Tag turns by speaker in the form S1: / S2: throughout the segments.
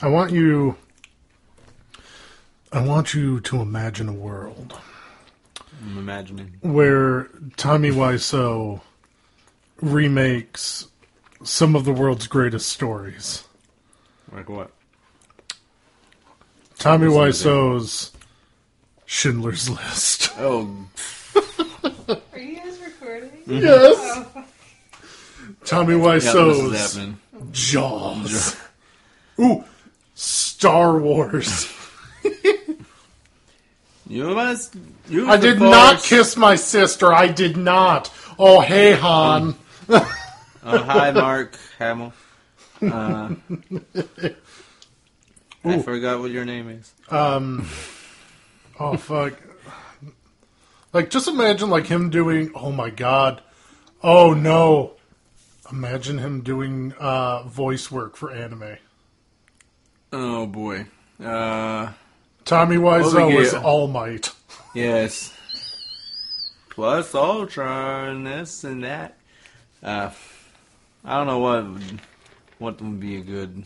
S1: I want you. I want you to imagine a world
S2: I'm imagining.
S1: where Tommy Wiseau remakes some of the world's greatest stories.
S2: Like what?
S1: Tommy
S2: Schindler's
S1: Wiseau's Schindler's List.
S2: Oh,
S3: Are you guys recording?
S1: Mm. Yes. Tommy
S2: Mm-hmm. yeah,
S1: Wiseau's
S2: this is happening.
S1: Jaws. Ooh, Star Wars.
S2: You must. You
S1: I did
S2: propose-
S1: not kiss my sister. I did not. Oh, hey, Han.
S2: Uh, hi, Mark Hamill. Uh, I forgot what your name is.
S1: Oh, fuck. Like, just imagine, like, him doing, oh my god. Oh, no. Imagine him doing uh, voice work for anime.
S2: Oh boy. Uh,
S1: Tommy Wiseau
S2: yeah.
S1: was All Might.
S2: yes. Plus Ultron, this and that. Uh, I don't know what would- what would be a good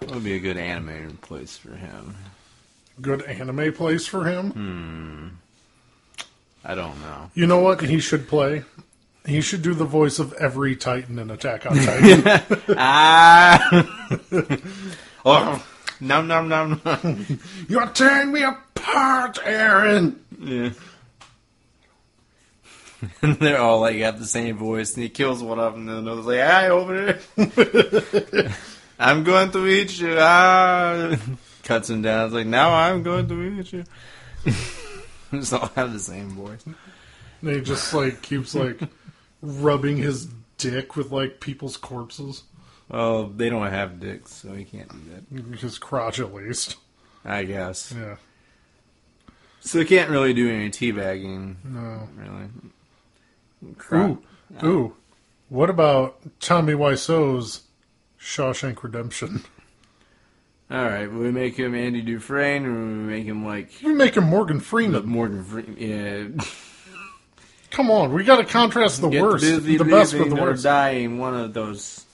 S2: what would be a good animated place for him.
S1: Good anime place for him.
S2: I don't know.
S1: You know what he should play? He should do the voice of every Titan in Attack on Titan.
S2: Ah. oh, nom nom nom. nom.
S1: You're tearing me apart, Aaron!
S2: yeah. And they're all like have the same voice, and he kills one of them, and another's like, "Hi, over here, I'm going to eat you." Ah, cuts him down. It's like now I'm going to eat you. Just all have the same voice.
S1: And he just, like, keeps, like, rubbing his dick with, like, people's corpses.
S2: Well, they don't have dicks, so he can't do that.
S1: His crotch, at least.
S2: I guess.
S1: Yeah.
S2: So he can't really do any teabagging,
S1: No.
S2: really. Crap.
S1: Ooh, ooh. What about Tommy Wiseau's Shawshank Redemption?
S2: All right, we make him Andy Dufresne, or we make him like
S1: We make him Morgan
S2: the
S1: Freeman.
S2: Morgan Freeman. Yeah,
S1: Come on, we got to contrast the
S2: get
S1: worst,
S2: busy
S1: the best with
S2: living
S1: the
S2: or
S1: worst.
S2: dying. One of those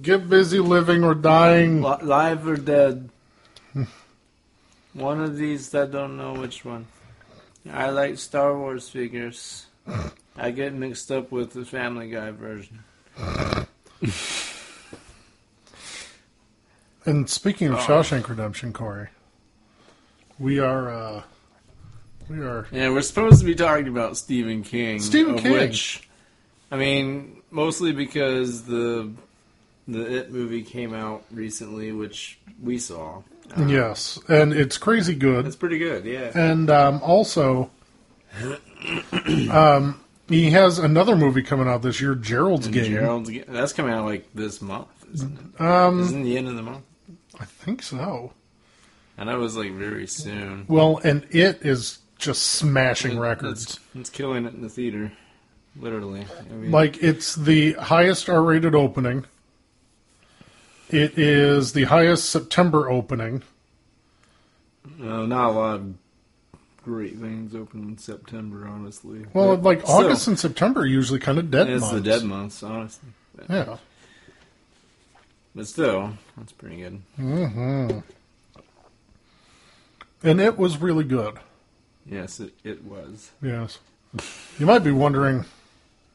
S1: Get busy living or dying.
S2: Li- live or dead. one of these, I don't know which one. I like Star Wars figures. I get mixed up with the Family Guy version.
S1: And speaking
S2: Oh.
S1: of Shawshank Redemption, Corey, we are uh, we are
S2: Yeah, we're supposed to be talking about Stephen King.
S1: Stephen
S2: of
S1: King.
S2: Which, I mean, mostly because the the It movie came out recently, which we saw. Uh,
S1: yes, and it's crazy good.
S2: That's pretty good, yeah.
S1: And um, also, um, he has another movie coming out this year, Gerald's Game.
S2: Gerald's Ga- that's coming out like this month, isn't it? Um, isn't the end of the month?
S1: I think so.
S2: I know it was like very soon.
S1: Well, and it is just smashing
S2: It-
S1: records.
S2: It's, it's killing it in the theater, literally. I mean,
S1: Like it's the highest R-rated opening. It is the highest September opening.
S2: uh, not a lot of great things open in September, honestly.
S1: Well,
S2: But
S1: like
S2: still,
S1: August and September are usually kind of dead
S2: it's
S1: months.
S2: the dead months, honestly. But,
S1: Yeah.
S2: but still, that's pretty good.
S1: And it was really good.
S2: Yes, it, it was.
S1: Yes. You might be wondering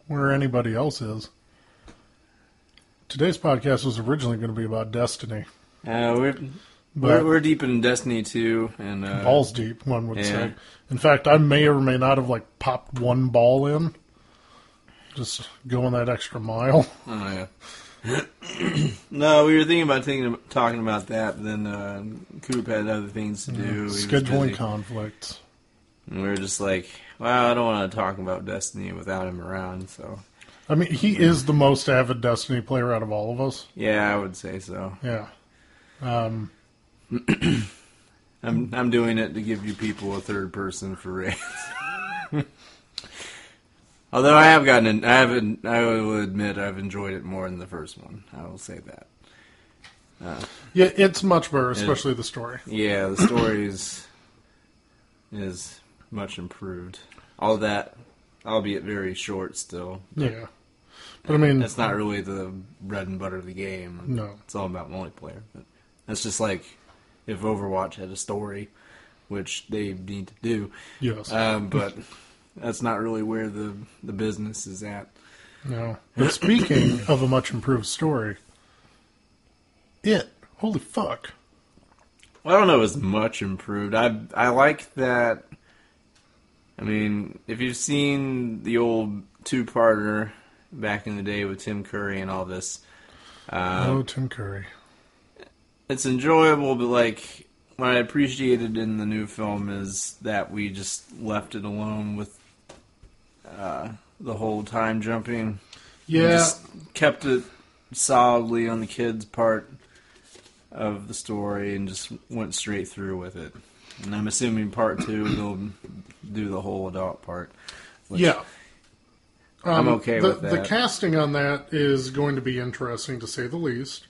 S1: where anybody else is. Today's podcast was originally going to be about Destiny.
S2: Uh, we're,
S1: But-
S2: we're we're deep in Destiny two, and uh,
S1: Balls deep, one would
S2: yeah.
S1: say. In fact, I may or may not have like popped one ball in. Just going that extra mile.
S2: Oh yeah. no, we were thinking about thinking, talking about that, but then uh, Coop had other things to do. He was busy.
S1: Scheduling conflicts.
S2: And we were just like, wow, I don't want to talk about Destiny without him around. So
S1: I mean, he is the most avid Destiny player out of all of us.
S2: yeah, I would say so.
S1: Yeah.
S2: I'm I'm doing it to give you people a third person for rants. Although I have gotten, I haven't. I will admit, I've enjoyed it more than the first one. I will say that.
S1: Yeah, it's much better, especially the story.
S2: Yeah, the story is is much improved. All that, albeit very short, still.
S1: Yeah. But I mean,
S2: That's not really the bread and butter of the game.
S1: No.
S2: It's all about multiplayer. But that's just like if Overwatch had a story, which they need to do.
S1: yes,
S2: Um, but that's not really where the, the business is at.
S1: no. But speaking of a much improved story, it holy fuck,
S2: I don't know as much improved. I I like that. I mean, if you've seen the old two-parter back in the day with Tim Curry and all this, Um,
S1: oh Tim Curry,
S2: it's enjoyable, but like what I appreciated in the new film is that we just left it alone with uh, the whole time jumping. We
S1: yeah,
S2: just kept it solidly on the kids' part of the story and just went straight through with it. And I'm assuming part two they'll do the whole adult part. which-
S1: yeah. Um,
S2: I'm okay
S1: the,
S2: with
S1: The
S2: that.
S1: casting on that is going to be interesting to say the least.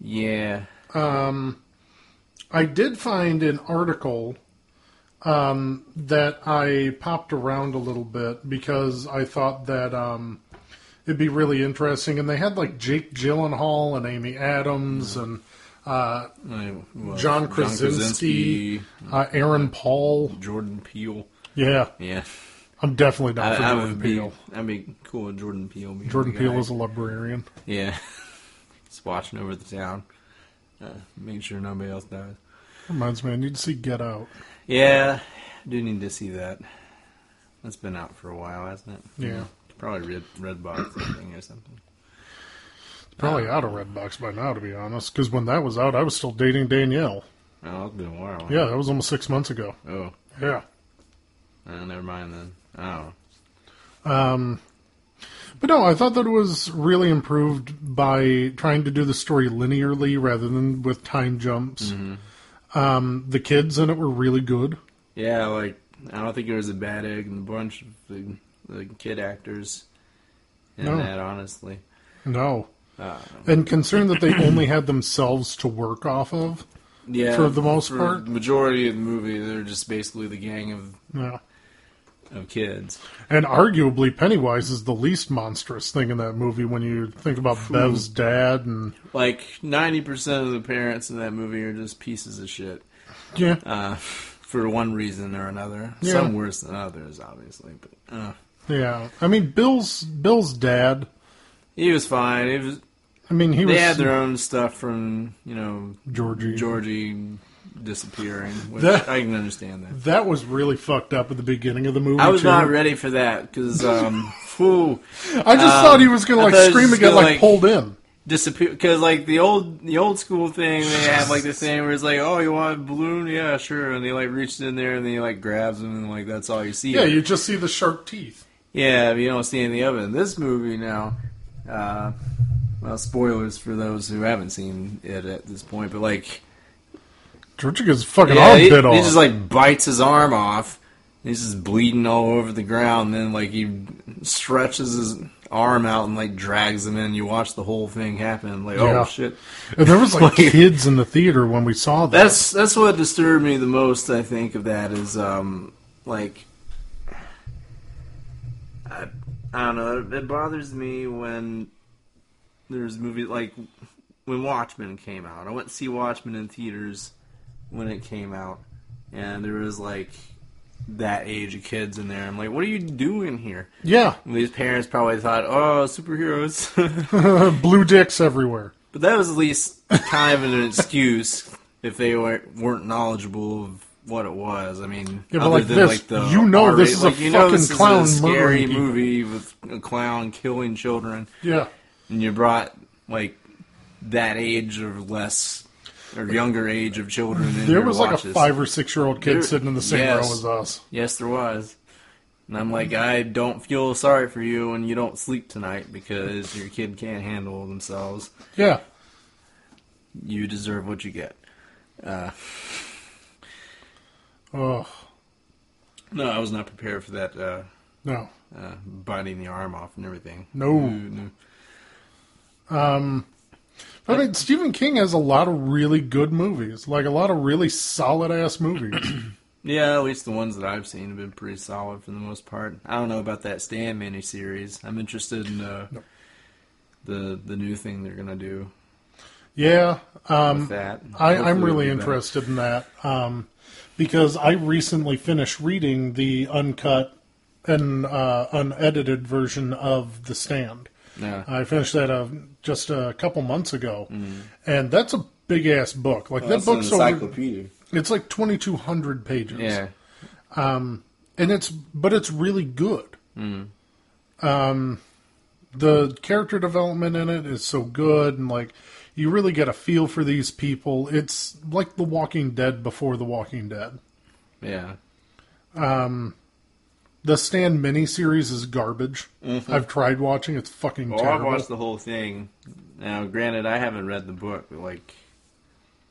S2: yeah,
S1: I did find an article um, that I popped around a little bit because I thought that um, it'd be really interesting, and they had like Jake Gyllenhaal and Amy Adams and uh,
S2: I- well,
S1: John Krasinski.
S2: Mm-hmm.
S1: uh, Aaron Paul.
S2: Jordan Peele.
S1: Yeah,
S2: Yeah,
S1: I'm definitely not for
S2: I, I
S1: Jordan
S2: would be.
S1: Peele.
S2: I'd be cool with Jordan Peele. being
S1: Jordan
S2: the
S1: Peele
S2: guy.
S1: is a librarian.
S2: yeah, just watching over the town, uh, making sure nobody else dies.
S1: Reminds me, I need to see Get Out.
S2: Yeah, I do need to see that. That's been out for a while, hasn't it?
S1: Yeah.
S2: Probably Red Redbox I think, or something.
S1: It's probably out of Redbox by now, to be honest, because when that was out, I was still dating Danielle.
S2: Oh, it's been a while.
S1: Yeah, that was almost six months ago.
S2: Oh,
S1: Yeah.
S2: uh, never mind then. Oh,
S1: But no, I thought that it was really improved by trying to do the story linearly rather than with time jumps. Um, the kids in it were really good.
S2: yeah. Like I don't think there was a bad egg in the bunch of the, the kid actors. in
S1: No.
S2: that honestly.
S1: No.
S2: Uh,
S1: And concerned that they only had themselves to work off of.
S2: yeah,
S1: For the most
S2: for
S1: part?
S2: the majority of the movie, they're just basically the gang of
S1: Yeah.
S2: of kids.
S1: And arguably, Pennywise is the least monstrous thing in that movie when you think about Bev's dad and.
S2: Like ninety percent of the parents in that movie are just pieces of shit.
S1: Yeah.
S2: uh, for one reason or another.
S1: Yeah.
S2: Some worse than others, obviously. But uh,
S1: Yeah. I mean, Bill's Bill's dad.
S2: he was fine. It was,
S1: I mean, he
S2: they
S1: was
S2: had their own stuff from you know
S1: Georgie.
S2: Georgie disappearing. Which
S1: That-
S2: I can understand that.
S1: That was really fucked up at the beginning of the movie.
S2: I was
S1: too.
S2: not ready for that because um, whew,
S1: I just
S2: Um,
S1: thought he was gonna
S2: I
S1: like
S2: thought he was
S1: scream and
S2: just
S1: get
S2: gonna,
S1: like,
S2: like-
S1: pulled in.
S2: disappear because like the old the old school thing they have like the thing where it's like oh you want a balloon yeah sure and they like reached in there and they like grabs him and like that's all you see
S1: Yeah, you just see the sharp teeth.
S2: Yeah, if you don't see any of it in this movie now, uh, well, spoilers for those who haven't seen it at this point, but like,
S1: Georgia gets fucking
S2: yeah,
S1: all
S2: he,
S1: bit
S2: he
S1: off.
S2: just like bites his arm off. and He's just bleeding all over the ground. And then like he stretches his arm out and like drags him in. You watch the whole thing happen. Like,
S1: Yeah.
S2: oh shit.
S1: and there was like
S2: like-
S1: kids in the theater when we saw that.
S2: That's that's what disturbed me the most. I think of that is um like I, I don't know. It, it bothers me when there's movies like when Watchmen came out. I went to see Watchmen in theaters when it came out, and there was like that age of kids in there. I'm like, what are you doing here?
S1: yeah,
S2: And these parents probably thought, oh, superheroes.
S1: blue dicks everywhere.
S2: But that was at least kind of an excuse if they weren't, weren't knowledgeable of what it was. I mean,
S1: Yeah, but
S2: other
S1: like
S2: than
S1: this,
S2: like the
S1: you know
S2: R-rated-
S1: this is a
S2: like, you know
S1: fucking
S2: this
S1: clown
S2: is a scary
S1: murdering people.
S2: movie with a clown killing children,
S1: Yeah,
S2: and you brought like that age or less or younger age of children. In
S1: there
S2: your
S1: was like
S2: watches.
S1: a five or six year old kid
S2: There-
S1: sitting in the same
S2: yes.
S1: row as us.
S2: Yes, there was. And I'm like, I don't feel sorry for you, and you don't sleep tonight because your kid can't handle themselves.
S1: Yeah,
S2: You deserve what you get. Uh,
S1: oh
S2: No, I was not prepared for that uh,
S1: no,
S2: uh, biting the arm off and everything. Mm-hmm.
S1: No.
S2: no.
S1: I mean Stephen King has a lot of really good movies, like a lot of really solid ass movies.
S2: Yeah, at least the ones that I've seen have been pretty solid for the most part. I don't know about that Stan miniseries. I'm interested in uh, the the new thing they're gonna do
S1: Yeah, um,
S2: with that.
S1: I,
S2: Hopefully
S1: I'm
S2: it'll
S1: really
S2: be better.
S1: interested in that um, because I recently finished reading the uncut and uh, unedited version of The Stand.
S2: Yeah.
S1: I finished that uh, just a couple months ago, and that's a big ass book. Like that
S2: Mm-hmm. That's an
S1: book's over,
S2: encyclopedia.
S1: it's like 2,200 pages.
S2: Yeah.
S1: and it's but it's really good. Um, the character development in it is so good, and like you really get a feel for these people. It's like The Walking Dead before The Walking Dead.
S2: Yeah.
S1: The Stand miniseries is garbage. I've tried watching; it's fucking
S2: Well, Mm-hmm. Oh, I've
S1: terrible.
S2: watched the whole thing. Now, granted, I haven't read the book, but, like,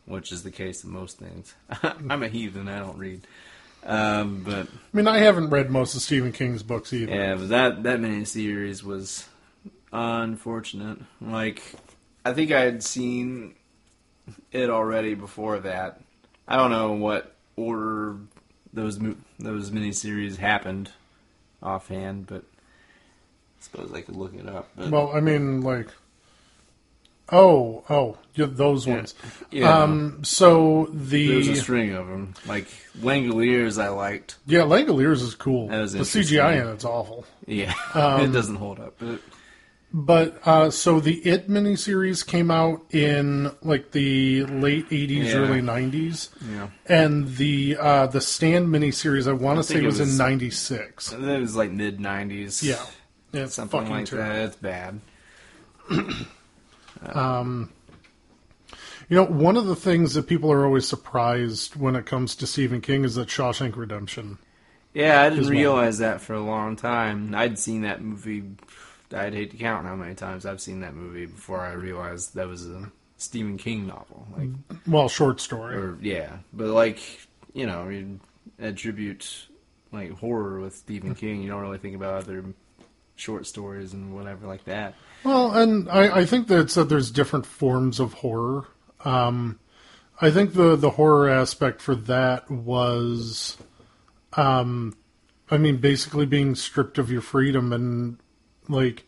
S2: which is the case of most things. I'm a heathen. I don't read. Um, but
S1: I mean, I haven't read most of Stephen King's books either.
S2: yeah, but that that mini series was unfortunate. Like, I think I had seen it already before that. I don't know what order those mo- those miniseries happened offhand, but I suppose I could look it up. But,
S1: Well, I mean, like, oh, oh, yeah, those ones.
S2: yeah.
S1: Um, so the
S2: There's a string of them. Like Langoliers, I liked.
S1: Yeah, Langoliers is cool.
S2: That was
S1: the
S2: interesting.
S1: CGI in it's awful.
S2: Yeah,
S1: Um,
S2: it doesn't hold up. But
S1: But uh, so the It miniseries came out in like the late '80s,
S2: Yeah.
S1: early '90s,
S2: yeah,
S1: and the uh, the Stand miniseries I want to say
S2: think it
S1: was, in
S2: was-
S1: '96.
S2: it was like mid '90s.
S1: Yeah, Yeah, it's
S2: something
S1: fucking
S2: like
S1: terrible.
S2: that. It's bad.
S1: You know, one of the things that people are always surprised when it comes to Stephen King is that Shawshank Redemption.
S2: Yeah, I
S1: Is
S2: didn't
S1: one.
S2: realize that for a long time. I'd seen that movie. I'd hate to count how many times I've seen that movie before I realized that was a Stephen King novel. Like,
S1: Well, short story.
S2: or yeah, but like you know, I mean, attribute like horror with Stephen King. You don't really think about other short stories and whatever like that.
S1: Well, and I, I think that, it's that there's different forms of horror. Um, I think the the horror aspect for that was, um, I mean, basically being stripped of your freedom and like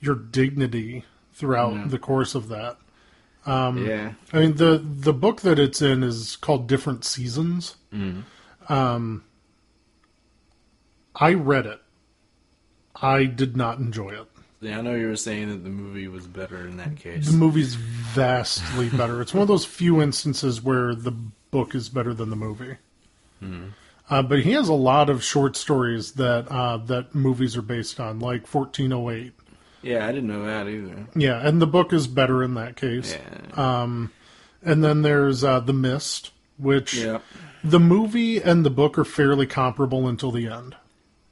S1: your dignity throughout
S2: Yeah.
S1: the course of that.
S2: yeah.
S1: I mean the the book that it's in is called Different Seasons. Um, I read it. I did not enjoy it.
S2: Yeah, I know you were saying that the movie was better in that
S1: The
S2: case.
S1: movie's vastly better. It's one of those few instances where the book is better than the movie.
S2: Hmm.
S1: Uh, but he has a lot of short stories that uh, that movies are based on, like 1408.
S2: Yeah, I didn't know that either.
S1: Yeah, and the book is better in that case.
S2: Yeah.
S1: And then there's uh, The Mist, which
S2: yeah.
S1: the movie and the book are fairly comparable until the end.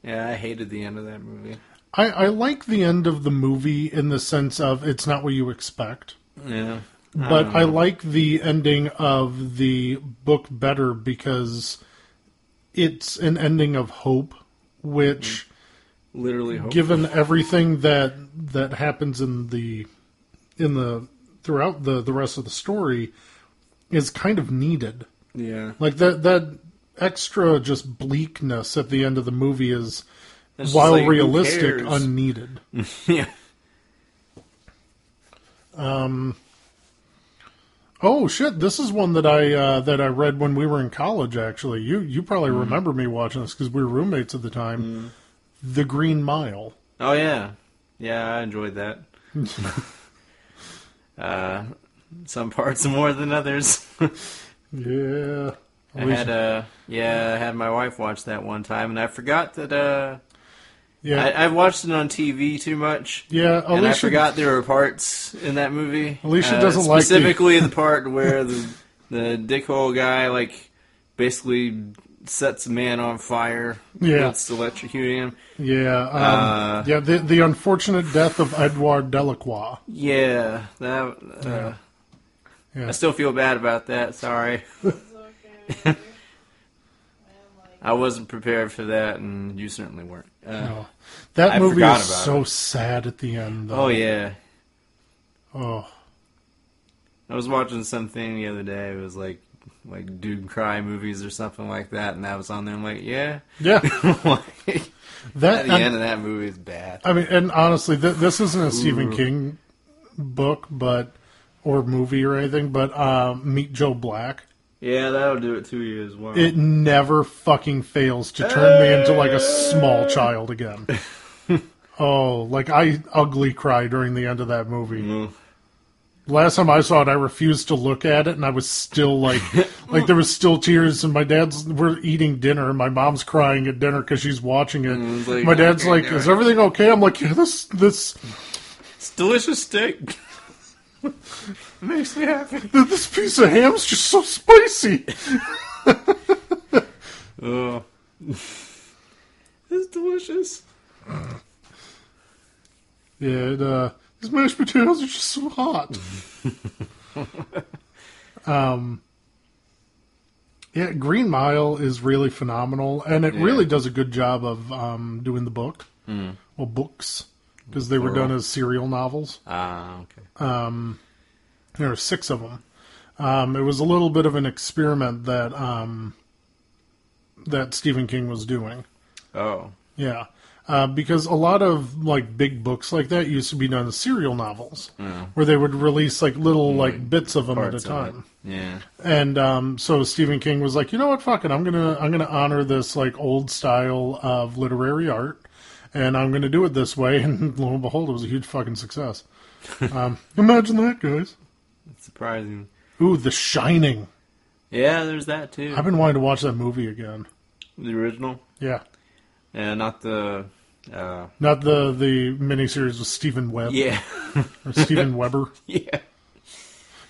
S2: Yeah, I hated the end of that movie.
S1: I, I like the end of the movie in the sense of it's not what you expect.
S2: Yeah.
S1: but
S2: Hmm.
S1: I like the ending of the book better because it's an ending of hope, which,
S2: Literally hope.
S1: given everything that that happens in the in the throughout the the rest of the story, is kind of needed.
S2: yeah.
S1: Like that that extra just bleakness at the end of the movie is,
S2: It's just
S1: while
S2: like, who
S1: realistic,
S2: cares?
S1: unneeded.
S2: yeah.
S1: Oh shit! This is one that I uh, that I read when we were in college. Actually, you you probably remember me watching this because we were roommates at the time. The Green Mile.
S2: Oh yeah. Yeah, I enjoyed that. uh some parts more than others.
S1: Yeah.
S2: I had uh yeah, I had my wife watch that one time and I forgot that uh
S1: yeah.
S2: I, I watched it on TV too much.
S1: yeah. Alicia.
S2: and I forgot there were parts in that movie. Uh,
S1: Alicia doesn't like the-
S2: specifically the part where the the dickhole guy like basically sets a man on fire.
S1: Yeah.
S2: it's electrocuting him.
S1: Yeah. Um,
S2: Uh,
S1: yeah. The the unfortunate death of Edouard Delacroix.
S2: Yeah, that. Uh,
S1: Yeah.
S2: I still feel bad about that. Sorry,
S3: It's okay.
S2: I wasn't prepared for that, and you certainly weren't. Uh,
S1: No. Oh. That
S2: I
S1: movie
S2: forgot
S1: is
S2: about
S1: so sad at the end. Though.
S2: Oh yeah,
S1: Oh.
S2: I was watching something the other day. It was like like dude cry movies or something like that, and that was on there. I'm like, yeah,
S1: Yeah.
S2: like,
S1: That.
S2: at the
S1: and-
S2: end of that movie is bad.
S1: I mean, and honestly, th- this isn't a Stephen
S2: Ooh.
S1: King book, but or movie or anything, but um, Meet Joe Black.
S2: Yeah, that'll do it two years. Wow.
S1: It never fucking fails to turn me into like a
S2: Uh.
S1: small child again. oh, like I ugly cry during the end of that movie.
S2: Mm-hmm.
S1: Last time I saw it, I refused to look at it, and I was still like, like there was still tears, and my dad's we're eating dinner, and my mom's crying at dinner because she's watching it.
S2: Mm, it's like,
S1: my dad's
S2: okay,
S1: like,
S2: now
S1: "Is
S2: I-
S1: everything okay?" I'm like, "Yeah, this this
S2: It's delicious steak. Makes me happy.
S1: this piece of ham's just so spicy."
S2: Oh. it's delicious.
S1: Yeah, it, uh, these mashed potatoes are just so hot. um, yeah, Green Mile is really phenomenal, and it
S2: Yeah.
S1: really does a good job of um, doing the book or books because they were done as serial novels.
S2: Ah, okay.
S1: There are six of them. Um, it was a little bit of an experiment that um, that Stephen King was doing.
S2: Oh.
S1: Yeah. Uh, because a lot of like big books like that used to be done as serial novels, where they would release like little like bits of them at a
S2: Mm. Parts of it.
S1: time.
S2: Yeah.
S1: And um, so Stephen King was like, you know what, fuck it, I'm gonna I'm gonna honor this like old style of literary art, and I'm gonna do it this way. And lo and behold, it was a huge fucking success. um, imagine that, guys.
S2: It's surprising.
S1: Ooh, The Shining.
S2: Yeah, there's that too.
S1: I've been wanting to watch that movie again.
S2: The original.
S1: Yeah,
S2: Yeah, not the. Uh,
S1: not the the miniseries with Stephen Webb
S2: yeah.
S1: or Stephen Weber.
S2: yeah.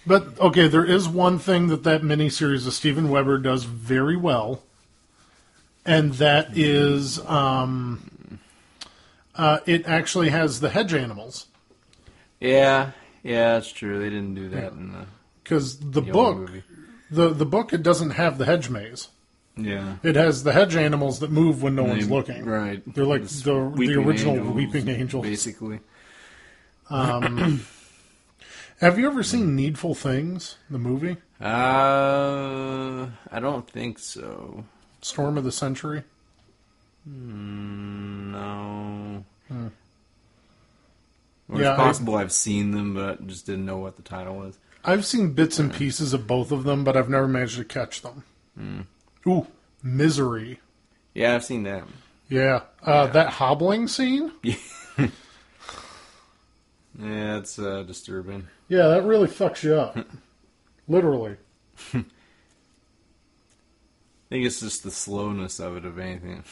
S1: But okay, there is one thing that that miniseries of Steven Weber does very well, and that is um, uh, it actually has the hedge animals
S2: Yeah. Yeah, that's true. They didn't do that in the,
S1: because the
S2: the
S1: book
S2: old movie.
S1: the the book it doesn't have the hedge maze.
S2: Yeah.
S1: It has the hedge animals that move when no one's
S2: They-
S1: looking.
S2: Right.
S1: They're like
S2: This
S1: the the
S2: weeping
S1: original
S2: angels,
S1: weeping angels.
S2: Basically.
S1: Have you ever seen Needful Things, the movie
S2: Uh, I don't think so.
S1: Storm of the Century?
S2: Mm, no. Or
S1: Hmm. Yeah, I-
S2: it's possible I, have seen them, but just didn't know what the title was.
S1: I've seen bits and pieces of both of them, but I've never managed to catch them.
S2: Hmm.
S1: Ooh, misery.
S2: Yeah, I've seen that.
S1: Yeah. Uh, That hobbling scene?
S2: Yeah, it's uh, disturbing.
S1: Yeah, that really fucks you up. Literally.
S2: I think it's just the slowness of it, if anything.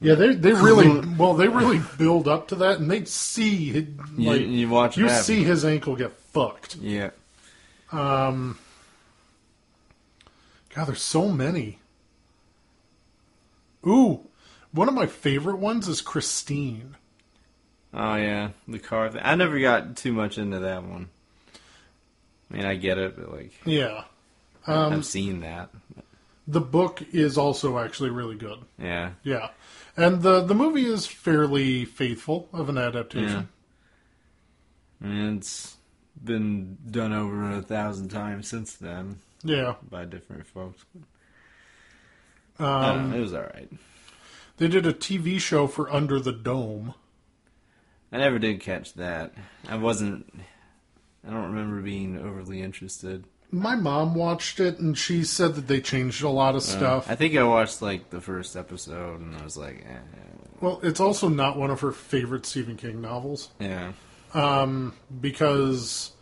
S1: Yeah, they they really well they really build up to that and they see hi-
S2: You,
S1: like
S2: you watch it
S1: you
S2: happen.
S1: see his ankle get fucked.
S2: Yeah.
S1: God, there's so many. Ooh, one of my favorite ones is Christine.
S2: Oh, yeah. The car thing. I never got too much into that one. I mean, I get it, but, like,
S1: Yeah, Um,
S2: I've seen that.
S1: the book is also actually really good.
S2: Yeah.
S1: Yeah, and the the movie is fairly faithful of an
S2: Yeah.
S1: adaptation.
S2: And it's been done over a thousand times since then
S1: Yeah,
S2: by different folks. I
S1: Um,
S2: don't know, it was alright.
S1: they did a TV show for Under the Dome.
S2: I never did catch that. I wasn't. I don't remember being overly interested.
S1: My mom watched it and she said that they changed a lot of stuff.
S2: I think I watched like the first episode and I was like, eh,
S1: well, it's also not one of her favorite Stephen King novels um,
S2: yeah,
S1: because,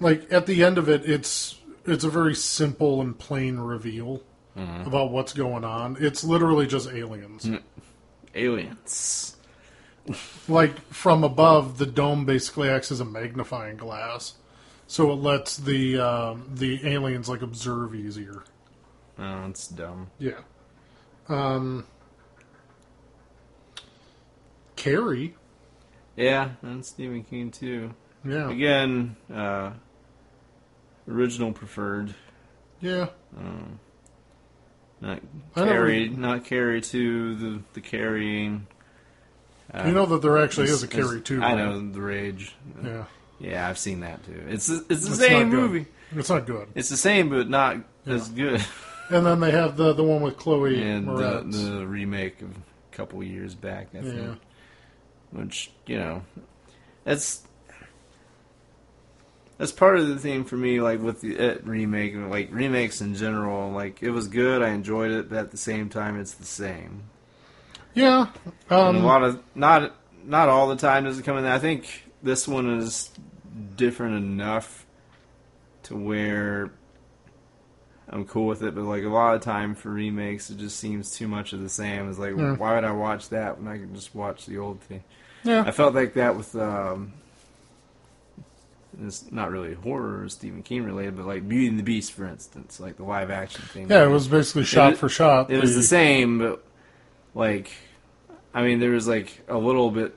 S1: like, at the end of it, it's it's a very simple and plain reveal about what's going on. It's literally just aliens.
S2: aliens.
S1: like from above the dome basically acts as a magnifying glass so it lets the um, the aliens like observe easier
S2: Oh, it's dumb.
S1: yeah um carrie
S2: Yeah, and Stephen King too.
S1: yeah
S2: Again, uh, original preferred. um,
S1: yeah
S2: Not
S1: I never-
S2: carry, not carry to the the carrying. Uh,
S1: you know that there actually is,
S2: it's-
S1: a carrie
S2: it's-
S1: too
S2: I
S1: right?
S2: know the rage.
S1: yeah
S2: Yeah, I've seen that too. It's the- it's the
S1: It's
S2: same
S1: not good.
S2: movie.
S1: it's not good
S2: It's the same, but not as good.
S1: and then they have the the one with chloe
S2: and the,
S1: moretz
S2: the remake of a couple years back, I think.
S1: Yeah.
S2: Which you know, that's that's part of the thing for me, like with the it remake, and, like remakes in general. Like it was good, I enjoyed it, but at the same time, it's the same.
S1: Yeah.
S2: And a
S1: Um,
S2: lot of not not all the time does it come in. I think this one is different enough to where I'm cool with it. But like a lot of time for remakes, it just seems too much of the same. It's like
S1: Yeah.
S2: why would I watch that when I can just watch the old thing? I
S1: yeah.
S2: felt like that with um, it's not really horror or Stephen King related, but like Beauty and the Beast, for instance, like the live action thing.
S1: Yeah, it was basically shot
S2: was-
S1: for shot.
S2: It was the same, but like, I mean, there was like a little bit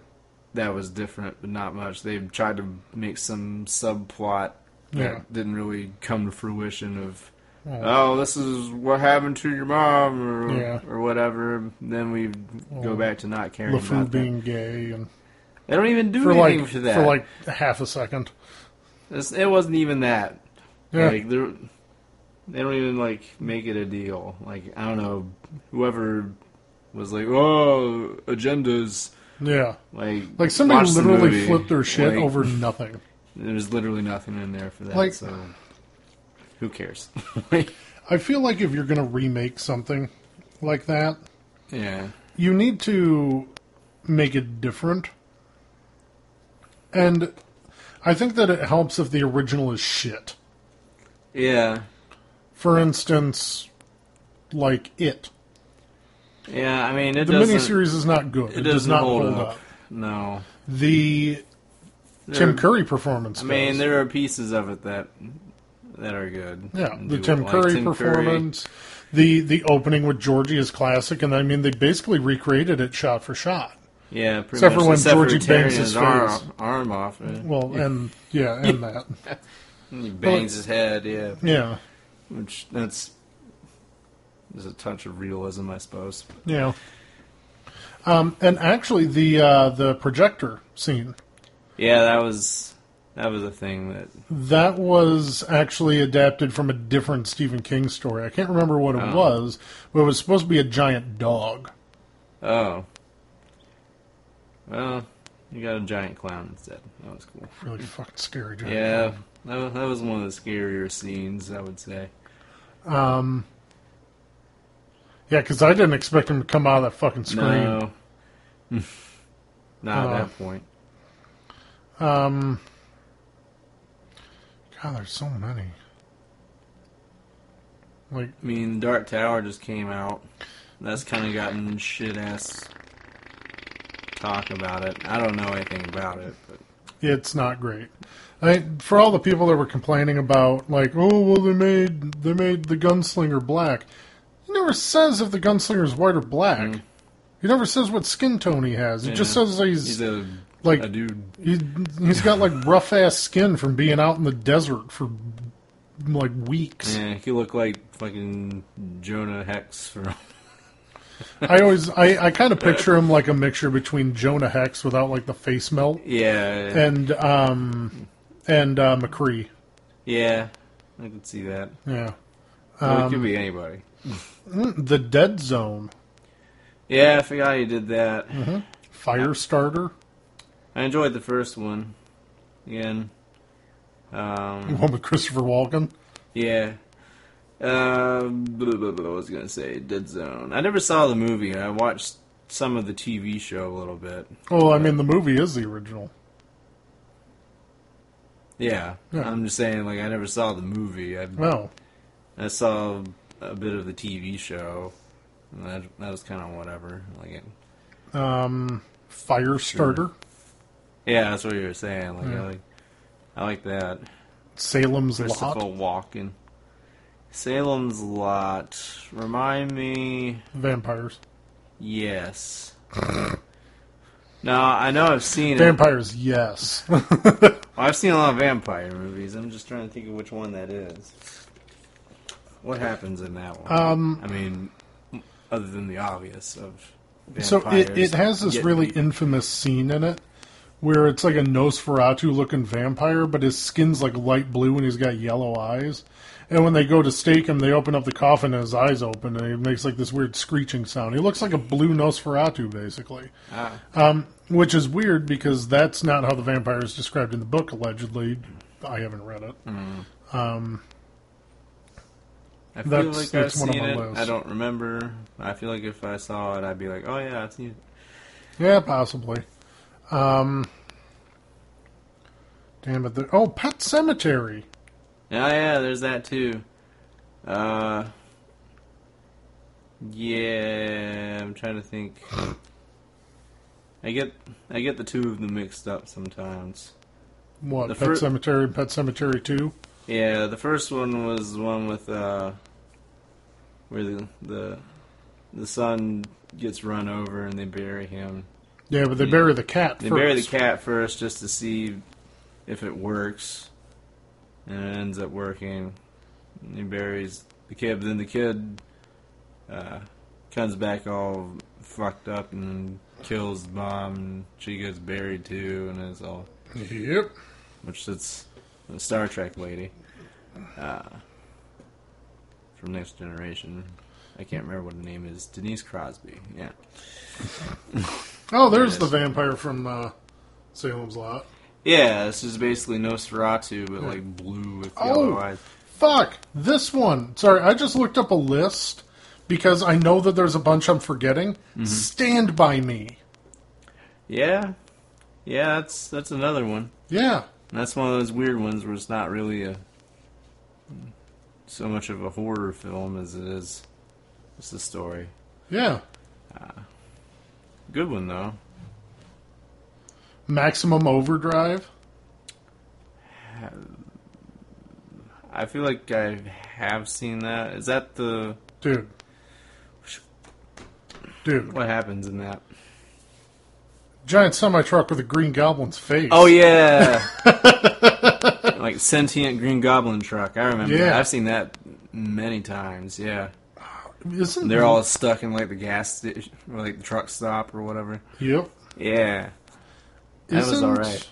S2: that was different, but not much. They tried to make some subplot that
S1: Yeah.
S2: didn't really come to fruition of.
S1: Yeah.
S2: Oh, this is what happened to your mom, or
S1: Yeah.
S2: or whatever. Then we
S1: Oh.
S2: go back to not caring
S1: LeFou
S2: about that.
S1: being gay and
S2: They don't even do
S1: for
S2: anything
S1: like
S2: for that.
S1: for like half a second.
S2: It's, it wasn't even that.
S1: Yeah.
S2: Like they're, they don't even like make it a deal. Like I don't know, whoever was like, oh, agendas.
S1: yeah.
S2: Like
S1: Like somebody
S2: watch the
S1: literally
S2: movie.
S1: flipped their shit
S2: Like,
S1: over nothing.
S2: There's literally nothing in there for that.
S1: Like-
S2: so who cares? Like,
S1: I feel like if you're going to remake something like that,
S2: yeah.
S1: you need to make it different. And I think that it helps if the original is shit.
S2: Yeah.
S1: For instance, like it.
S2: Yeah. I mean, it
S1: The
S2: doesn't.
S1: miniseries is not good. It,
S2: it
S1: does
S2: doesn't
S1: not
S2: hold
S1: hold,
S2: up.
S1: up.
S2: No.
S1: The
S2: There-
S1: Tim Curry performance.
S2: I mean,
S1: does.
S2: there are pieces of it that that are good.
S1: yeah, the
S2: Do-
S1: Tim
S2: like
S1: Curry
S2: Tim Curry.
S1: performance. The the opening with Georgie is classic, and I mean they basically recreated it shot for shot.
S2: Yeah, pretty
S1: Except
S2: much.
S1: for when
S2: Except
S1: Georgie bangs
S2: for tearing
S1: his
S2: his arm,
S1: face.
S2: arm off. eh?
S1: Well, and yeah, and that,
S2: And he bangs his head, yeah.
S1: yeah,
S2: Which, that's... There's a touch of realism, I suppose.
S1: yeah. Um, and actually, the uh, the projector scene
S2: Yeah, that was... That was a thing that...
S1: That was actually adapted from a different Stephen King story. I can't remember what it
S2: Oh.
S1: was, but it was supposed to be a giant dog.
S2: Oh. Well, you got a giant clown instead. That was cool.
S1: Really fucking scary giant
S2: Yeah, that was, that was one of the scarier scenes, I would say.
S1: dog. Um, yeah, because I didn't expect him to come out of that fucking screen.
S2: No. Not
S1: Oh.
S2: at that point.
S1: Um, God, there's so many. Like,
S2: I mean, Dark Tower just came out. That's kind of gotten shit ass talk about it. I don't know anything about it, but
S1: it's not great. I, for all the people that were complaining about, like, oh well, they made they made the gunslinger black. He never says if the gunslinger's white or black.
S2: Mm.
S1: He never says what skin tone he has. He just
S2: Yeah.
S1: says that he's,
S2: he's a
S1: like
S2: a dude.
S1: he, he's got like rough ass skin from being out in the desert for like weeks.
S2: Yeah, he looked like fucking Jonah Hex from.
S1: I always I, I kind of picture him like a mixture between Jonah Hex without like the face melt
S2: Yeah,
S1: and um and uh, McCree.
S2: yeah, I could see that.
S1: Yeah,
S2: Well,
S1: Um,
S2: it could be anybody.
S1: Mm, the Dead Zone.
S2: Yeah, I forgot he did that.
S1: Mm-hmm. Firestarter,
S2: I enjoyed the first one. Again, um,
S1: the one with Christopher Walken.
S2: Yeah. Um, blah, blah, blah, I was gonna say Dead Zone. I never saw the movie. I watched some of the TV show a little bit.
S1: Well, I mean, the movie is the original.
S2: Yeah,
S1: Yeah.
S2: I'm just saying, like I never saw the movie. I,
S1: No,
S2: I saw a bit of the TV show. And that, that was kind of whatever. Like, it,
S1: um, Firestarter,
S2: yeah, that's what you were saying. Like,
S1: Yeah.
S2: I like, I like that.
S1: Salem's
S2: Christopher
S1: Lot,
S2: Walken, Salem's Lot. Remind me.
S1: vampires,
S2: Yes. no, I know I've seen it.
S1: vampires. Yes,
S2: Well, I've seen a lot of vampire movies. I'm just trying to think of which one that is. What happens in that one?
S1: Um,
S2: I mean, other than the obvious of vampires.
S1: so it, it has this
S2: getting
S1: really
S2: people.
S1: infamous scene in it where it's like a Nosferatu looking vampire, but his skin's like light blue and he's got yellow eyes. And when they go to stake him, they open up the coffin and his eyes open, and he makes like this weird screeching sound. He looks like a blue Nosferatu, basically.
S2: Ah,
S1: Which is weird because that's not how the vampire is described in the book, allegedly. I haven't read it.
S2: I feel
S1: That's-
S2: like I've
S1: that's one of
S2: seen
S1: my
S2: it.
S1: lists.
S2: I don't remember. I feel like if I saw it, I'd be like, "Oh yeah, I've seen it."
S1: Yeah, possibly. Um, damn it! The, oh, Pet Cemetery.
S2: Yeah, yeah. There's that too. Uh, yeah. I'm trying to think. I get I get the two of them mixed up sometimes.
S1: What?
S2: The
S1: Pet
S2: fir-
S1: Cemetery and Pet Cemetery Two.
S2: Yeah, the first one was the one with uh, where the the the son gets run over and they bury him.
S1: Yeah, but they
S2: Yeah.
S1: bury the cat.
S2: They
S1: first.
S2: bury the cat first just to see if it works, and it ends up working. And He buries the kid, but then the kid uh, comes back all fucked up and kills the mom, and she gets buried too, and it's all
S1: Yep.
S2: which is the Star Trek lady uh, from Next Generation. I can't remember what her name is. Denise Crosby. Yeah.
S1: Oh, there's
S2: Yes.
S1: the vampire from uh, Salem's Lot.
S2: Yeah, this is basically Nosferatu, but like blue with yellow
S1: Oh.
S2: eyes.
S1: Fuck this one. Sorry, I just looked up a list because I know that there's a bunch I'm forgetting.
S2: Mm-hmm.
S1: Stand by Me.
S2: Yeah, yeah, that's that's another one.
S1: Yeah.
S2: And that's one of those weird ones where it's not really a so much of a horror film as it is just a story.
S1: Yeah.
S2: Good one though.
S1: Maximum Overdrive.
S2: I feel like I have seen that. Is that the
S1: Dude. Dude.
S2: what happens in that?
S1: Giant semi truck with a green goblin's face.
S2: Oh yeah, like sentient green goblin truck. I remember.
S1: Yeah.
S2: that. I've seen that many times. Yeah,
S1: Isn't
S2: they're all stuck in like the gas station, or like the truck stop or whatever.
S1: Yep.
S2: Yeah, that was
S1: Isn't-
S2: all right.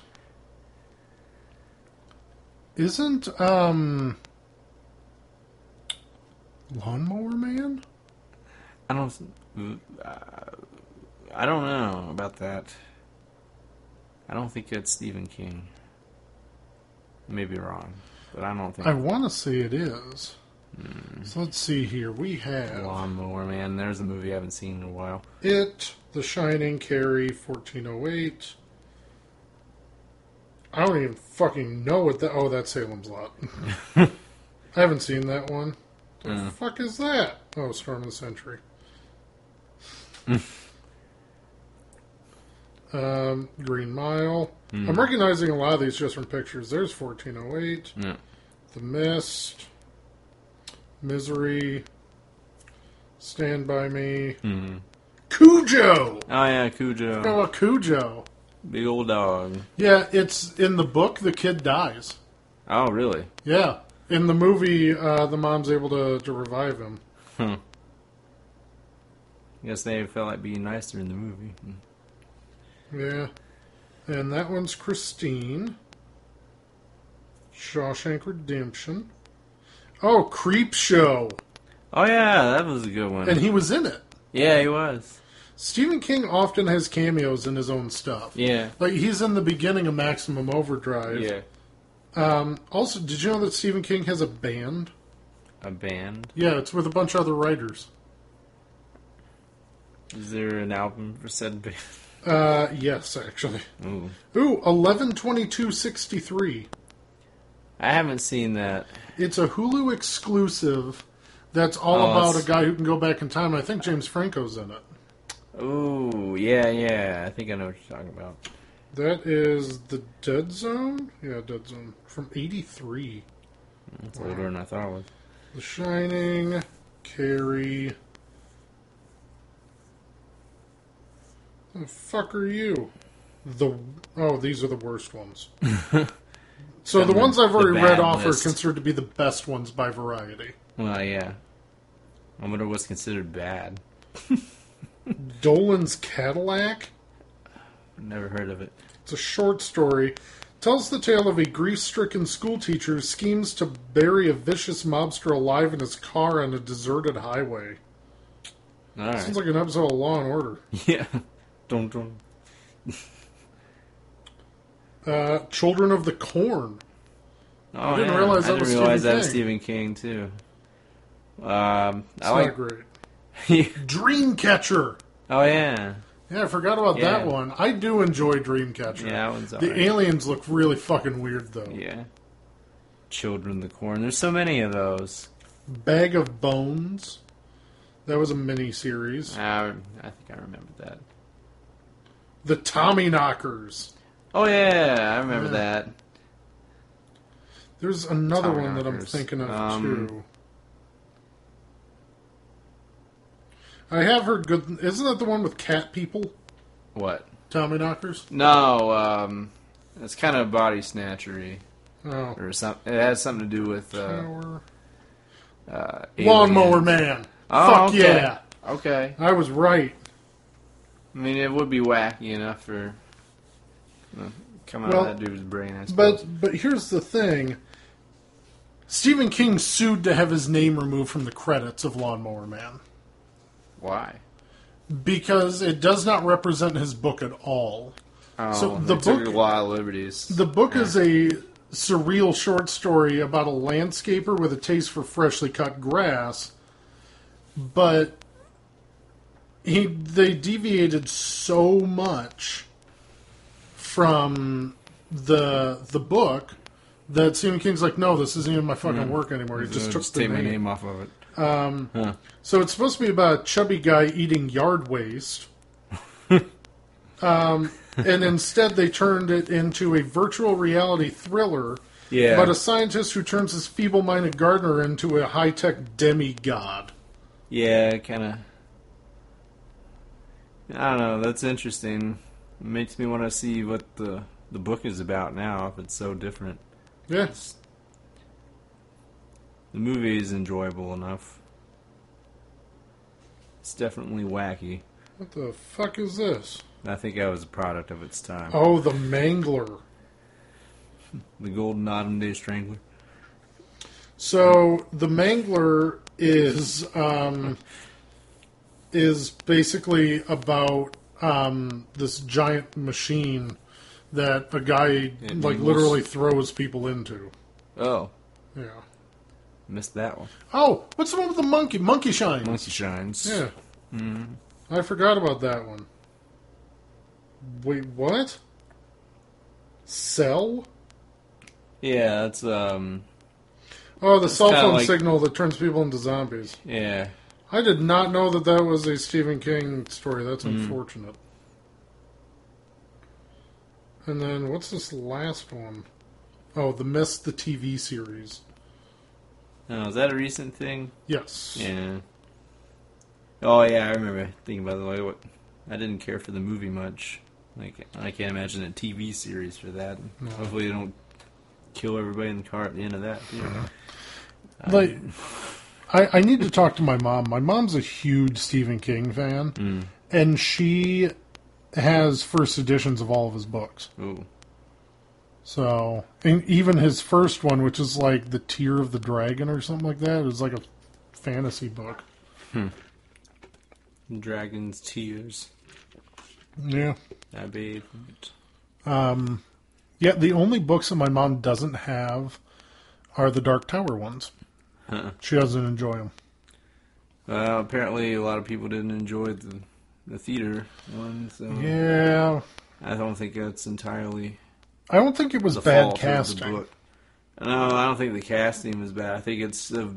S1: Isn't um Lawnmower Man?
S2: I don't. Uh, I don't know about that. I don't think it's Stephen King. I may be wrong, but I don't think
S1: I want to say it is.
S2: Hmm.
S1: So let's see here. We have
S2: Lawnmower Man. There's a movie I haven't seen in a while.
S1: It, The Shining, Carrie, 1408. I don't even fucking know what that. Oh, that's Salem's Lot. I haven't seen that one. The
S2: Mm.
S1: fuck is that? Oh, Storm of the Century. um, Green Mile.
S2: Mm.
S1: I'm recognizing a lot of these just from pictures. There's 1408.
S2: Yeah.
S1: The Mist. Misery. Stand by Me.
S2: hmm
S1: Cujo.
S2: Oh yeah, Cujo.
S1: Oh, Cujo.
S2: Big old dog.
S1: Yeah, it's in the book. The kid dies.
S2: Oh, really?
S1: Yeah, in the movie, uh, the mom's able to, to revive him.
S2: Hmm. Guess they felt like being nicer in the movie.
S1: Yeah, and that one's Christine. Shawshank Redemption. Oh, Creep Show,
S2: Oh, yeah, that was a good one.
S1: and he was in it.
S2: yeah, he was.
S1: Stephen King often has cameos in his own stuff.
S2: Yeah.
S1: Like he's in the beginning of Maximum Overdrive.
S2: Yeah.
S1: Um, also, did you know that Stephen King has a band?
S2: A band.
S1: Yeah, it's with a bunch of other writers.
S2: Is there an album for said band?
S1: Uh, yes, actually.
S2: Ooh.
S1: Ooh, eleven twenty two sixty three.
S2: I haven't seen that.
S1: It's a Hulu exclusive. That's all
S2: Oh,
S1: about
S2: that's-
S1: a guy who can go back in time. I think James Franco's in it.
S2: Ooh, yeah, yeah. I think I know what you're talking about.
S1: That is the Dead Zone. Yeah, Dead Zone from eighty three.
S2: It's older than I thought it was.
S1: The Shining, Carrie. The fuck are you? The oh, these are the worst ones. so
S2: Kinda
S1: the ones I've
S2: the
S1: already
S2: bad
S1: read off
S2: list.
S1: are considered to be the best ones by variety.
S2: Well, yeah. I wonder what's considered bad.
S1: Dolan's Cadillac.
S2: Never heard of it.
S1: It's a short story. Tells the tale of a grief-stricken schoolteacher who schemes to bury a vicious mobster alive in his car on a deserted highway.
S2: All right.
S1: Sounds like an episode of Law and Order.
S2: yeah. Dun, dun.
S1: Uh, Children of the Corn.
S2: Oh,
S1: I didn't realize that
S2: I didn't
S1: was
S2: realize
S1: Stephen
S2: that was Stephen King too. Um,
S1: It's
S2: I like.
S1: not great.
S2: Yeah.
S1: Dreamcatcher.
S2: oh yeah,
S1: Yeah, I forgot about
S2: Yeah.
S1: that one. I do enjoy Dreamcatcher.
S2: yeah, that one's
S1: the
S2: alright.
S1: aliens look really fucking weird though.
S2: yeah, Children of the Corn. There's so many of those.
S1: Bag of Bones. That was a mini series.
S2: I, I think I remember that.
S1: The Tommy Knockers.
S2: Oh yeah, I remember
S1: Yeah.
S2: that.
S1: There's another
S2: Tommy
S1: one that I'm
S2: Knockers.
S1: thinking of
S2: Um,
S1: too. I have heard good. Isn't that the one with cat people?
S2: What?
S1: Tommy Knockers.
S2: No, um, it's kind of body snatchery
S1: Oh,
S2: or something. It has something to do with uh,
S1: Power.
S2: uh,
S1: Lawnmower
S2: aliens.
S1: Man.
S2: Oh,
S1: Fuck
S2: okay.
S1: yeah!
S2: Okay,
S1: I was right.
S2: I mean it would be wacky enough for uh, come out
S1: Well,
S2: of that dude's brain. I suppose.
S1: But but here's the thing. Stephen King sued to have his name removed from the credits of Lawnmower Man
S2: why?
S1: because it does not represent his book at all.
S2: Oh,
S1: So
S2: they
S1: the
S2: took
S1: book-
S2: a lot of liberties.
S1: The book is a surreal short story about a landscaper with a taste for freshly cut grass, but he they deviated so much from the the book that Stephen King's like, no, this isn't even my fucking work anymore. He just took the
S2: Uh, take my
S1: name.
S2: name off of it.
S1: So it's supposed to be about a chubby guy eating yard waste. um, and instead, they turned it into a virtual reality thriller
S2: Yeah,
S1: about a scientist who turns his feeble minded gardener into a high tech demigod.
S2: yeah, kind of. I don't know. That's interesting. makes me want to see what the the book is about now. If it's so different,
S1: Yeah.
S2: the movie is enjoyable enough. It's definitely wacky.
S1: What the fuck is this?
S2: I think I was a product of its time.
S1: Oh, the Mangler.
S2: The Golden Autumn Day Strangler.
S1: So the Mangler is um, is basically about um, this giant machine that a guy like
S2: mangles.
S1: literally throws people into.
S2: Oh,
S1: Yeah.
S2: missed that one.
S1: Oh, what's the one with the monkey? Monkey shines.
S2: Monkey shines. Mm-hmm.
S1: Yeah. I forgot about that one. Wait, what? Cell?
S2: Yeah, that's um.
S1: Oh, the cell
S2: kinda
S1: phone
S2: like-
S1: signal that turns people into zombies.
S2: Yeah.
S1: I did not know that that was a Stephen King story. That's
S2: Mm.
S1: unfortunate. And then what's this last one? Oh, The Mist, the TV series.
S2: Oh, is that a recent thing?
S1: Yes.
S2: Yeah. Oh yeah, I remember thinking about the way what I didn't care for the movie much. Like I can't imagine a TV series for that.
S1: No.
S2: Hopefully they don't kill everybody in the car at the end of that. too.
S1: Uh-huh.
S2: Um,
S1: Like, I, I need to talk to my mom. My mom's a huge Stephen King fan,
S2: hmm.
S1: and she has first editions of all of his books.
S2: Ooh.
S1: So, and even his first one, which is like The Tear of the Dragon or something like that, is like a fantasy book.
S2: Dragon's tears.
S1: Yeah.
S2: I bathe.
S1: Yeah, the only books that my mom doesn't have are the Dark Tower ones.
S2: Huh.
S1: She doesn't enjoy them.
S2: Well, apparently a lot of people didn't enjoy the the theater one, so
S1: Yeah,
S2: I don't think that's entirely
S1: I don't think it was
S2: the
S1: bad
S2: fault of the
S1: casting.
S2: book. No, I don't think the casting was bad. I think it's, uh,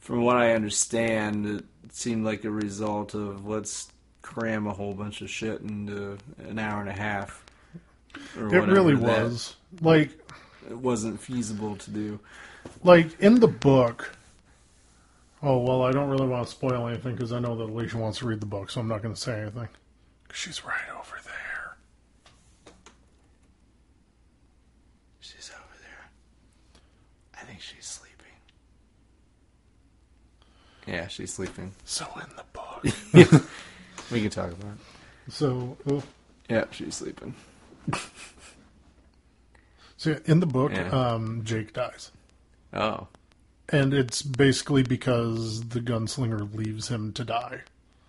S2: from what I understand, it seemed like a result of let's cram a whole bunch of shit into an hour and a half. or
S1: It
S2: whatever
S1: really
S2: that
S1: was like
S2: It wasn't feasible to do.
S1: like in the book. Oh well, I don't really want to spoil anything because I know that Alicia wants to read the book, so I'm not going to say anything. 'Cause She's right over there.
S2: She's over there. I think she's sleeping. Yeah, she's sleeping.
S1: So in the book,
S2: We can talk about it.
S1: so oh,
S2: Yeah, she's sleeping.
S1: so in the book,
S2: Yeah.
S1: um, Jake dies.
S2: Oh.
S1: And it's basically because the gunslinger leaves him to die.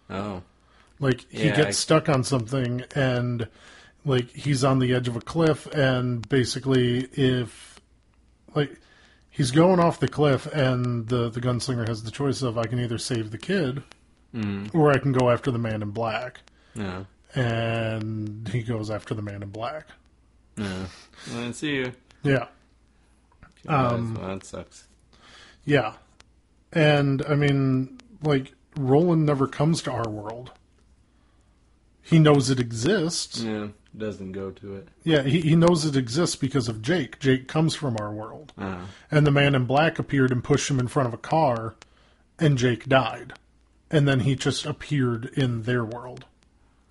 S2: Oh.
S1: Like he
S2: Yeah,
S1: gets
S2: I-
S1: stuck on something and like he's on the edge of a cliff and basically if like he's going off the cliff, and the the gunslinger has the choice of I can either save the kid,
S2: Mm.
S1: or I can go after the man in black.
S2: Yeah.
S1: And he goes after the man in black.
S2: Yeah. I see you.
S1: Yeah, Um,
S2: well, that sucks.
S1: yeah, and I mean, like Roland never comes to our world. He knows it exists.
S2: Yeah. Doesn't go to it.
S1: Yeah, he, he knows it exists because of Jake. Jake comes from our world.
S2: Uh,
S1: And the man in black appeared and pushed him in front of a car, and Jake died. And then he just appeared in their world.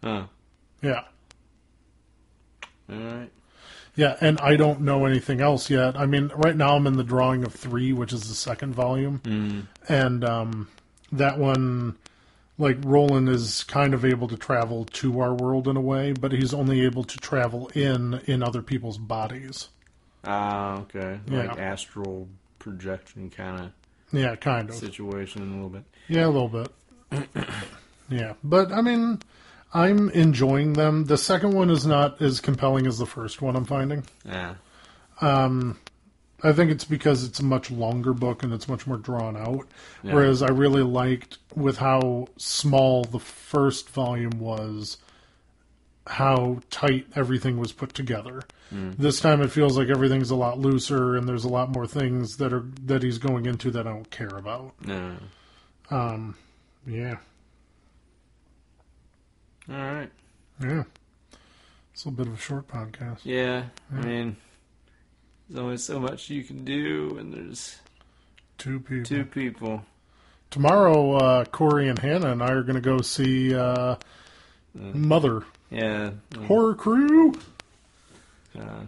S2: huh.
S1: Yeah.
S2: All right.
S1: Yeah, and I don't know anything else yet. I mean, right now I'm in the drawing of three, which is the second volume.
S2: Mm.
S1: And um, that one, like, Roland is kind of able to travel to our world in a way, but he's only able to travel in in other people's bodies.
S2: Ah, okay.
S1: Yeah.
S2: Like astral projection kind
S1: Yeah, kind of.
S2: of situation a little bit.
S1: Yeah, a little bit. yeah, but I mean, I'm enjoying them. The second one is not as compelling as the first one. I'm finding.
S2: Yeah.
S1: I think it's because it's a much longer book and it's much more drawn out.
S2: Yeah.
S1: Whereas I really liked with how small the first volume was, how tight everything was put together.
S2: Mm.
S1: This time it feels like everything's a lot looser and there's a lot more things that are that he's going into that I don't care about.
S2: Yeah.
S1: Yeah.
S2: All right.
S1: Yeah. It's a little bit of a short podcast.
S2: Yeah. I mean, there's only so much you can do, and there's
S1: Two people.
S2: two people.
S1: Tomorrow, uh, Corey and Hannah and I are going to go see uh,
S2: Mm.
S1: Mother
S2: Yeah. Like,
S1: Horror Crew.
S2: uh,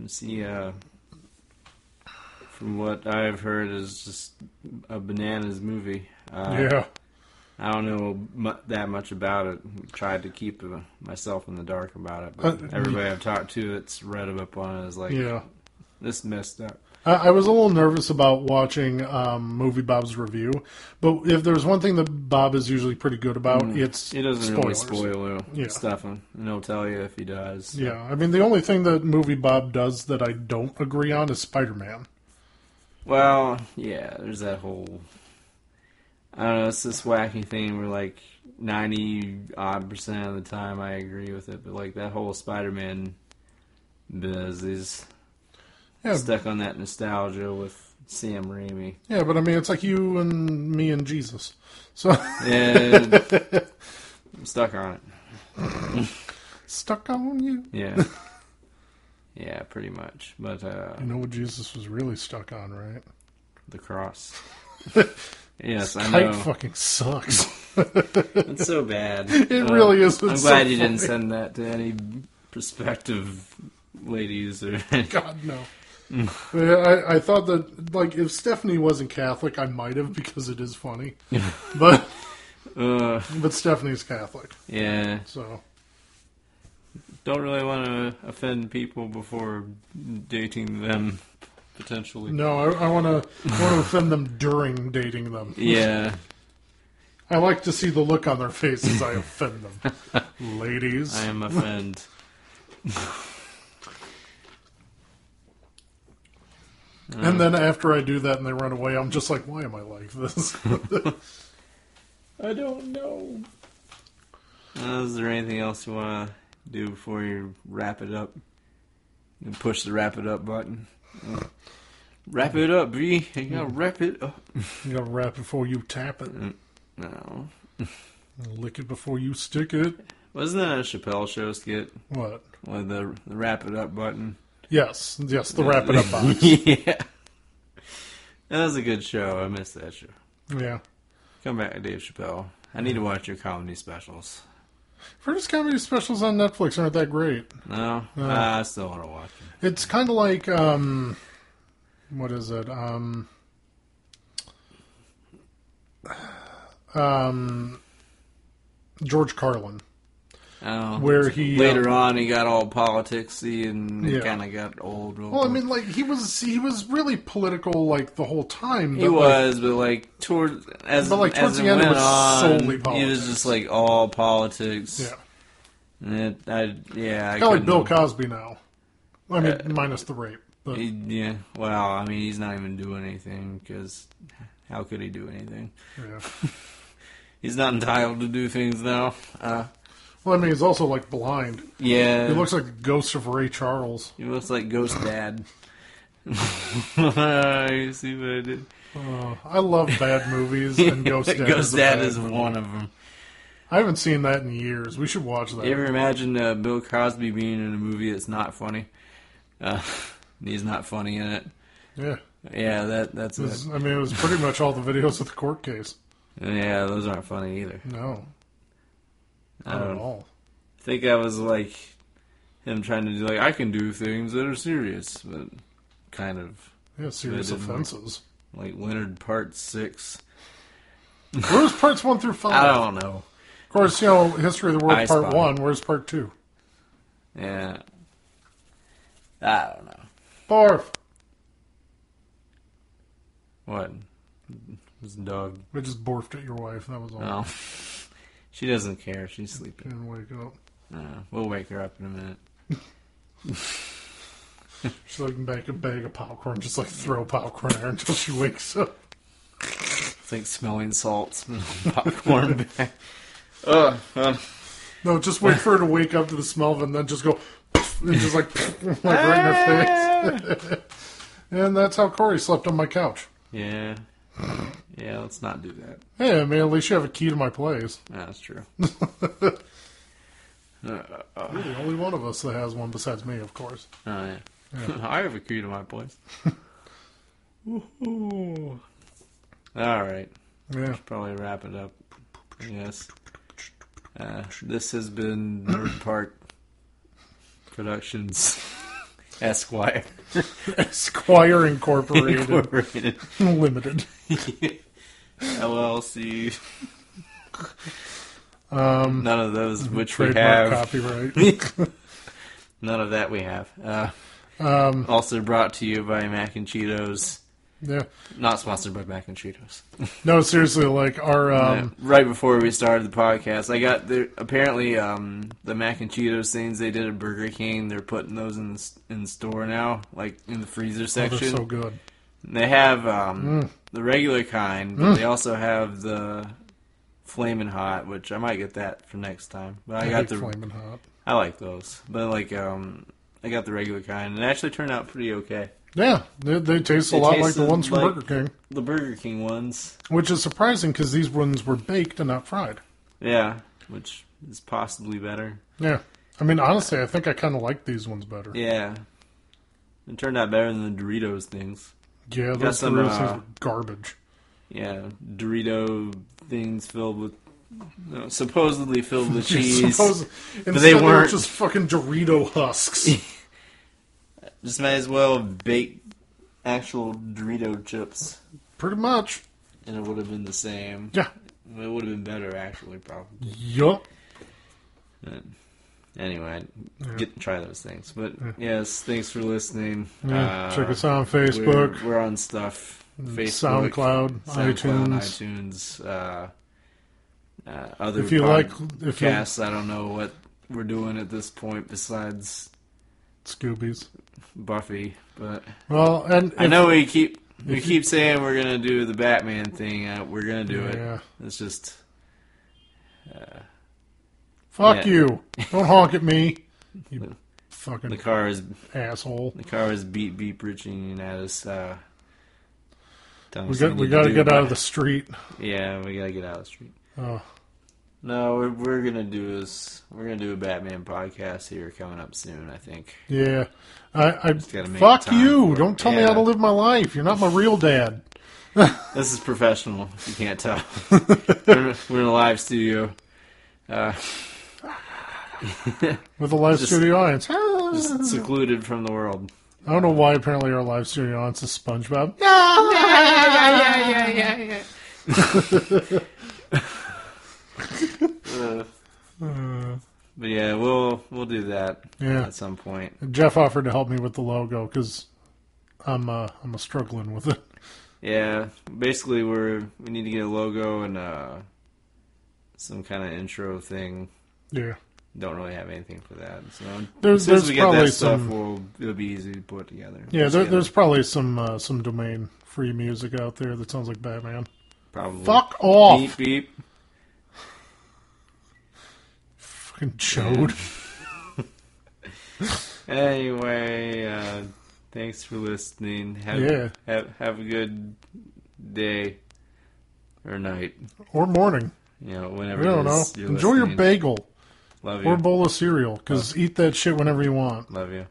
S2: let's see, uh, from what I've heard, is just a bananas movie. Uh,
S1: yeah.
S2: I don't know mu- that much about it. Tried to keep uh, myself in the dark about it, but
S1: Uh,
S2: everybody I've talked to that's read up on it is like,
S1: Yeah.
S2: this messed up.
S1: I, I was a little nervous about watching um, Movie Bob's review, but if there's one thing that Bob is usually pretty good about, it's
S2: It Mm. doesn't
S1: spoilers.
S2: really spoil
S1: Yeah.
S2: stuff, and he'll tell you if he does.
S1: Yeah, I mean the only thing that Movie Bob does that I don't agree on is Spider-Man.
S2: Well, yeah, there's that whole. I don't know, it's this wacky thing where, like, 90 odd percent of the time I agree with it, but, like, that whole Spider Man biz is
S1: Yeah,
S2: stuck on that nostalgia with Sam Raimi.
S1: yeah, but I mean it's like you and me and Jesus. So
S2: And I'm stuck on it.
S1: stuck on you.
S2: Yeah. Yeah, pretty much. But, uh,
S1: You know what Jesus was really stuck on, right?
S2: the cross. yes, I
S1: Kite
S2: know.
S1: fucking sucks.
S2: It's so bad. Uh,
S1: It really is.
S2: I'm
S1: It's
S2: glad
S1: so
S2: you didn't
S1: funny.
S2: send that to any prospective ladies or.
S1: God no. Yeah, I, I thought that like if Stephanie wasn't Catholic, I might have because it is funny. but
S2: uh,
S1: but Stephanie's Catholic,
S2: yeah,
S1: so
S2: don't really want to offend people before dating them, potentially.
S1: no, I want to want to offend them during dating them.
S2: Yeah,
S1: I like to see the look on their faces. I offend them, ladies.
S2: I am offended.
S1: and then after I do that and they run away, I'm just like, why am I like this?
S2: I don't know. Uh, is there anything else you want to do before you wrap it up? You push the wrap it up button. Uh, Wrap it up, B. You gotta
S1: Mm.
S2: wrap it up. Mm,
S1: you gotta wrap before you tap it,
S2: No.
S1: lick it before you stick it.
S2: Wasn't that a Chappelle show skit?
S1: What?
S2: With the, the wrap it up button.
S1: Yes, yes, the wrap it up box.
S2: yeah. That was a good show. I missed that show.
S1: Yeah.
S2: Come back, Dave Chappelle. I need to watch your comedy specials.
S1: First comedy specials on Netflix aren't that great.
S2: No? Ah, I still want to watch them.
S1: It's kind of like um, what is it? Um, um, George Carlin.
S2: Oh,
S1: Where he, uh,
S2: later on he got all politicsy and
S1: Yeah.
S2: it kind of got old. real
S1: Well, I
S2: quick.
S1: mean, like he was he was really political like the whole time.
S2: he
S1: but, like,
S2: was, but like toward as
S1: But, like, towards
S2: as
S1: the end, it
S2: went
S1: was
S2: on,
S1: solely
S2: He was
S1: politics.
S2: just like all politics.
S1: yeah,
S2: And it, I, yeah, I
S1: kind of like
S2: couldn't-
S1: Bill Cosby now. I mean,
S2: Uh,
S1: minus the rape. But
S2: He- yeah. Well, I mean, he's not even doing anything because how could he do anything?
S1: yeah.
S2: He's not entitled to do things now. Uh,
S1: Well, I mean, he's also like blind.
S2: yeah.
S1: He looks like the ghost of Ray Charles.
S2: He looks like Ghost Dad. you see what I did?
S1: Uh, I love bad movies, and Ghost Dad,
S2: Ghost
S1: is, a
S2: Dad
S1: bad
S2: is
S1: movie.
S2: one of them.
S1: I haven't seen that in years. We should watch that.
S2: You ever imagine uh, Bill Cosby being in a movie that's not funny? Uh, he's not funny in it.
S1: yeah,
S2: Yeah, that that's
S1: It was-
S2: it.
S1: I mean, it was pretty much all the videos of the court case.
S2: Yeah, those aren't funny either.
S1: No,
S2: I
S1: not at
S2: don't
S1: all.
S2: think I was like him trying to do like I can do things that are serious, but kind of
S1: Yeah, serious
S2: didn't work.
S1: offenses.
S2: like Leonard Part Six.
S1: Where's parts one through five?
S2: I don't know.
S1: Of course, you know, History of the World
S2: I
S1: Part
S2: Spy.
S1: One. Where's Part Two?
S2: Yeah, I don't know.
S1: Barf.
S2: What? This dog.
S1: I just borfed at your wife. That was all.
S2: Oh. she doesn't care. She's
S1: She
S2: sleeping.
S1: didn't wake up.
S2: Uh, we'll wake her up in a minute.
S1: She's like make a bag of popcorn, just like throw popcorn at her until she wakes up.
S2: It's like smelling salts and popcorn bag. Ugh. um,
S1: No, just wait for her to wake up to the smell of it, and then just go and just like like right in her face. And that's how Corey slept on my couch.
S2: Yeah. Yeah, let's not do that.
S1: Hey, I mean, at least you have a key to my place.
S2: That's true. Uh,
S1: You're the only one of us that has one besides me, of course.
S2: Oh, yeah. I have a key to my place. Woohoo. All right.
S1: Yeah.
S2: Probably wrap it up. Yes. Uh, this has been Nerd Park Productions Esquire
S1: Squire Incorporated
S2: Incorporated
S1: Limited.
S2: LLC.
S1: Um,
S2: None of those which we
S1: trademark
S2: have.
S1: copyright.
S2: None of that we have. Uh,
S1: um,
S2: also brought to you by Mac and Cheetos.
S1: yeah.
S2: Not sponsored by Mac and Cheetos.
S1: No, seriously, like our um,
S2: Yeah, right before we started the podcast, I got there. Apparently, um, the mac and Cheetos things they did at Burger King, they're putting those in the, s- in the store now, like in the freezer
S1: oh, they're
S2: section.
S1: so Mm. good.
S2: They have um, the regular
S1: Mm.
S2: kind, but they also have the flaming hot, which I might get that for next time. But I,
S1: I,
S2: got
S1: hate
S2: the
S1: flaming hot.
S2: I like those, but like um, I got the regular kind, and it actually turned out pretty okay.
S1: Yeah, they, they taste a
S2: They
S1: lot like
S2: taste
S1: the ones from
S2: like-
S1: Burger King,
S2: The Burger King ones,
S1: which is surprising because these ones were baked and not fried.
S2: yeah, which is possibly better.
S1: Yeah. I mean, honestly, I think I kind of like these ones better. Yeah,
S2: Yeah. It turned out better than the Doritos things.
S1: those
S2: some,
S1: Doritos
S2: uh,
S1: things were garbage.
S2: Yeah, Dorito things filled with no, supposedly filled with cheese.
S1: Suppose, instead,
S2: they
S1: they, were
S2: weren't.
S1: just fucking Dorito husks.
S2: Just might as well bake actual Dorito chips,
S1: Pretty much.
S2: and it would have been the same.
S1: Yeah.
S2: It would have been better, actually, probably.
S1: Yup.
S2: But anyway,
S1: Yeah.
S2: get try those things. But yes, thanks for listening.
S1: Yeah,
S2: Uh,
S1: check us out on Facebook,
S2: We're, we're on stuff. Facebook,
S1: SoundCloud, iTunes.
S2: iTunes, uh, uh, other
S1: If you like, if you
S2: podcasts. I don't know what we're doing at this point besides
S1: Scoobies.
S2: Buffy, but
S1: Well, and
S2: I
S1: if-
S2: know we keep we
S1: if you-
S2: keep saying we're gonna do the Batman thing. Uh, we're gonna do
S1: Yeah.
S2: it. It's just
S1: Fuck
S2: yeah.
S1: you. Don't honk at me. You fucking
S2: the car is
S1: asshole.
S2: the car is beep beep reaching at us. Uh, telling
S1: We
S2: us
S1: got
S2: what
S1: we
S2: to
S1: got to
S2: do,
S1: get out of
S2: but-
S1: the street.
S2: Yeah, we gotta get out of the street.
S1: Oh,
S2: No, we're, we're gonna do this. We're gonna do a Batman podcast here coming up soon. I think.
S1: yeah. I, I
S2: gotta make
S1: fuck
S2: time for
S1: you.
S2: it.
S1: Don't tell me how to
S2: Yeah.
S1: live my life. You're not my real dad.
S2: This is professional. if You can't tell. we're, in- we're in a live studio. Uh,
S1: With a live
S2: Just-
S1: studio audience.
S2: just secluded from the world.
S1: I don't know why apparently our live studio audience is SpongeBob. Uh,
S2: But yeah, we'll we'll do that
S1: yeah.
S2: at some point.
S1: Jeff offered to help me with the logo because I'm uh, I'm uh, struggling with it.
S2: Yeah, basically we're we need to get a logo and uh, some kind of intro thing.
S1: Yeah.
S2: don't really have anything for that. So
S1: There's-
S2: as soon as
S1: there's
S2: we get
S1: probably
S2: that stuff,
S1: some-
S2: we'll, it'll be easy to put together.
S1: Yeah,
S2: Put
S1: there,
S2: together.
S1: there's probably some uh, some domain free music out there that sounds like Batman.
S2: probably
S1: Fuck off,
S2: beep beep.
S1: fucking chode.
S2: Anyway, uh, thanks for listening. Have,
S1: Yeah.
S2: have have a good day or night.
S1: Or morning.
S2: You know, whenever.
S1: I don't
S2: it
S1: know.
S2: is you're
S1: Enjoy your
S2: listening. Oh, Uh.
S1: bagel
S2: Love you.
S1: or bowl of cereal because eat that shit whenever you want.
S2: Love you.